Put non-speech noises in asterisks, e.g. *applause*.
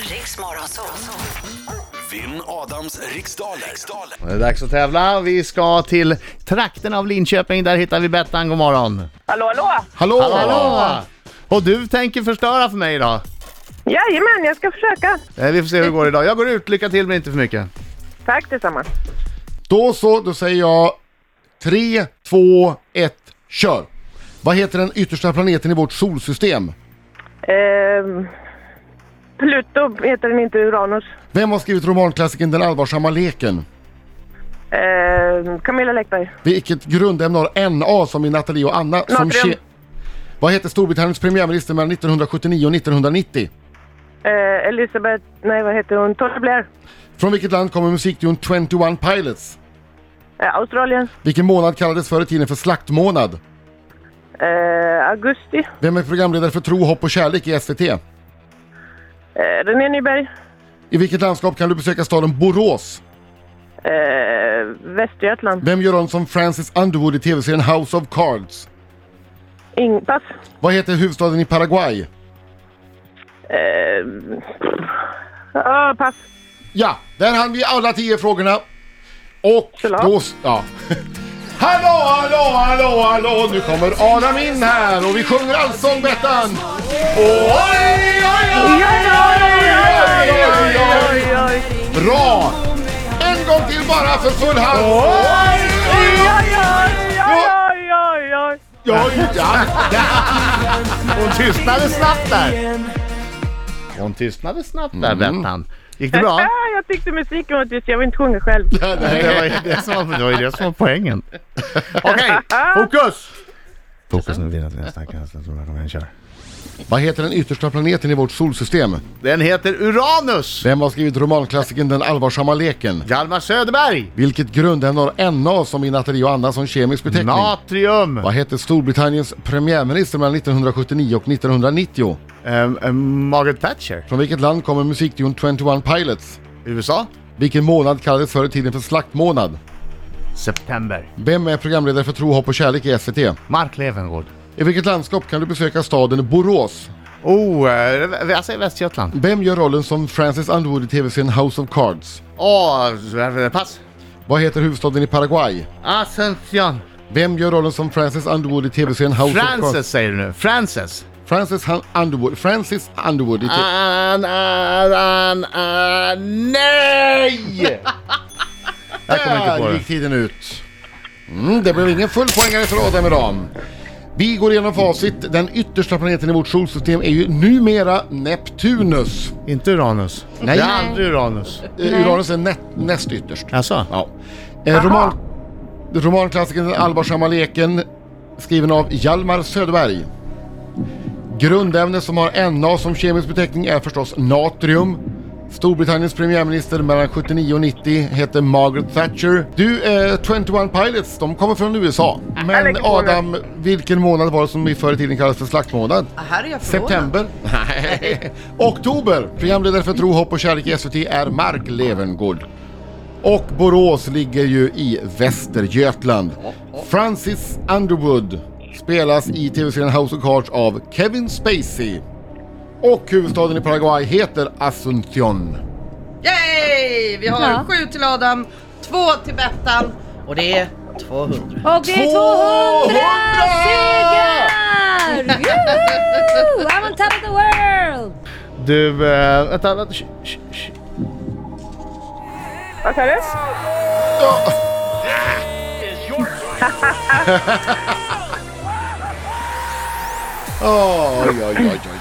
Riks Morgonzoo. Vinn Adams riksdaler. riksdaler. Det är dags att tävla. Vi ska till trakten av Linköping. Där hittar vi Bettan. God morgon. Hallå, hallå! Hallå! Hallå! Och du tänker förstöra för mig idag. Jajamän, jag ska försöka. Eh, Vi får se hur det går idag. Jag går ut. Lycka till men inte för mycket. Tack detsamma. Då så, då säger jag 3, 2, 1, kör! Vad heter den yttersta planeten i vårt solsystem? Ehm, Pluto heter den inte, Uranus. Vem har skrivit romanklassikern Den allvarsamma leken? Ehm, Camilla Läckberg. Vilket grundämne har NA som i Nathalie och Anna? Som Natrium. ke- Vad heter Storbritanniens premiärminister mellan 1979 och 1990? Ehm, Elisabeth, nej vad heter hon? Tony Blair. Från vilket land kommer musikduon 21 Pilots? Ehm, Australien. Vilken månad kallades förr i tiden för slaktmånad? Ehm, augusti. Vem är programledare för Tro, hopp och kärlek i SVT? Ehm, René Nyberg. I vilket landskap kan du besöka staden Borås? Ehm, Västergötland. Vem gör rollen som Francis Underwood i tv-serien House of Cards? Ing- pass. Vad heter huvudstaden i Paraguay? Ehm, ah, pass. Ja, där hann vi alla tio frågorna. Och Förlåt? då... s- Ja. *laughs* hallå, hallå, hallå, hallå! Nu kommer Adam in här och vi sjunger allsång, Bettan! Oj, oj, oj, oj, oj, oj, oj. Bra! En gång till bara för full hals! Oj, oj, oj, Oj, oj, oj! oj, ja. Hon tystnade snabbt där. Hon tystnade snabbt där Mm. Bettan. Gick det bra? Ah, jag tyckte musiken var tyst, jag vill inte *laughs* sjunga själv. Det var ju det som var, det var, ju det som var poängen. Okej, fokus! Fokus nu, vinna dina starkaste jag kör. Vad heter den yttersta planeten i vårt solsystem? Den heter Uranus! Vem har skrivit romanklassikern Den allvarsamma leken? Hjalmar Söderberg! Vilket grundämne har NA som i Nathalie och Anna som kemisk beteckning? Natrium! Vad hette Storbritanniens premiärminister mellan 1979 och 1990? Ehm, ehm, Margaret Thatcher? Från vilket land kommer musikduon 21 Pilots? USA? Vilken månad kallades förr i tiden för slaktmånad? September. Vem är programledare för Tro, hopp och kärlek i SVT? Mark Levengood. I vilket landskap kan du besöka staden Borås? Oh, eh, vä- jag säger Västergötland. Vem gör rollen som Francis Underwood i tv-serien House of Cards? Åh, oh, pass. Vad heter huvudstaden i Paraguay? Ascension. Vem gör rollen som Francis Underwood i tv-serien Oh, House of Cards? Frances säger du nu. Frances. Francis Han- Underwood. Francis Underwood i te- An, an, an, an, nej! *laughs* jag kommer inte på Där det. gick tiden ut. Mm, det blev ingen full poängare för Adam idag. Vi går igenom facit. Den yttersta planeten i vårt solsystem är ju numera Neptunus. Inte Uranus. Nej. Det är aldrig Uranus. Eh, Uranus är nä- näst ytterst. Alltså. Ja. Eh, roman, romanklassikern Den allvarsamma leken skriven av Hjalmar Söderberg. Grundämne som har NA som kemisk beteckning är förstås natrium. Storbritanniens premiärminister mellan 79 och 90 hette Margaret Thatcher. Du, eh, 21 Pilots, de kommer från USA. Men lägger på nu. Adam, vilken månad var det som i förr i tiden kallades för slaktmånad? Här är jag förvånad. *laughs* September? Nej. Oktober! Programledare för Tro, hopp och kärlek i SVT är Mark Levengood. Och Borås ligger ju i Västergötland. Francis Underwood spelas i tv-serien House of Cards av Kevin Spacey. Och huvudstaden i Paraguay heter Asunción. Yay! Vi har Ja. sju till Adam, två till Bettan och det är 200. Och *laughs* det är 200 segrar! Juhu! I'm on top of the world! Du, eh, vänta, vänta. Sh, sh, sh. Vad sa du? Oj, oj, oj, oj,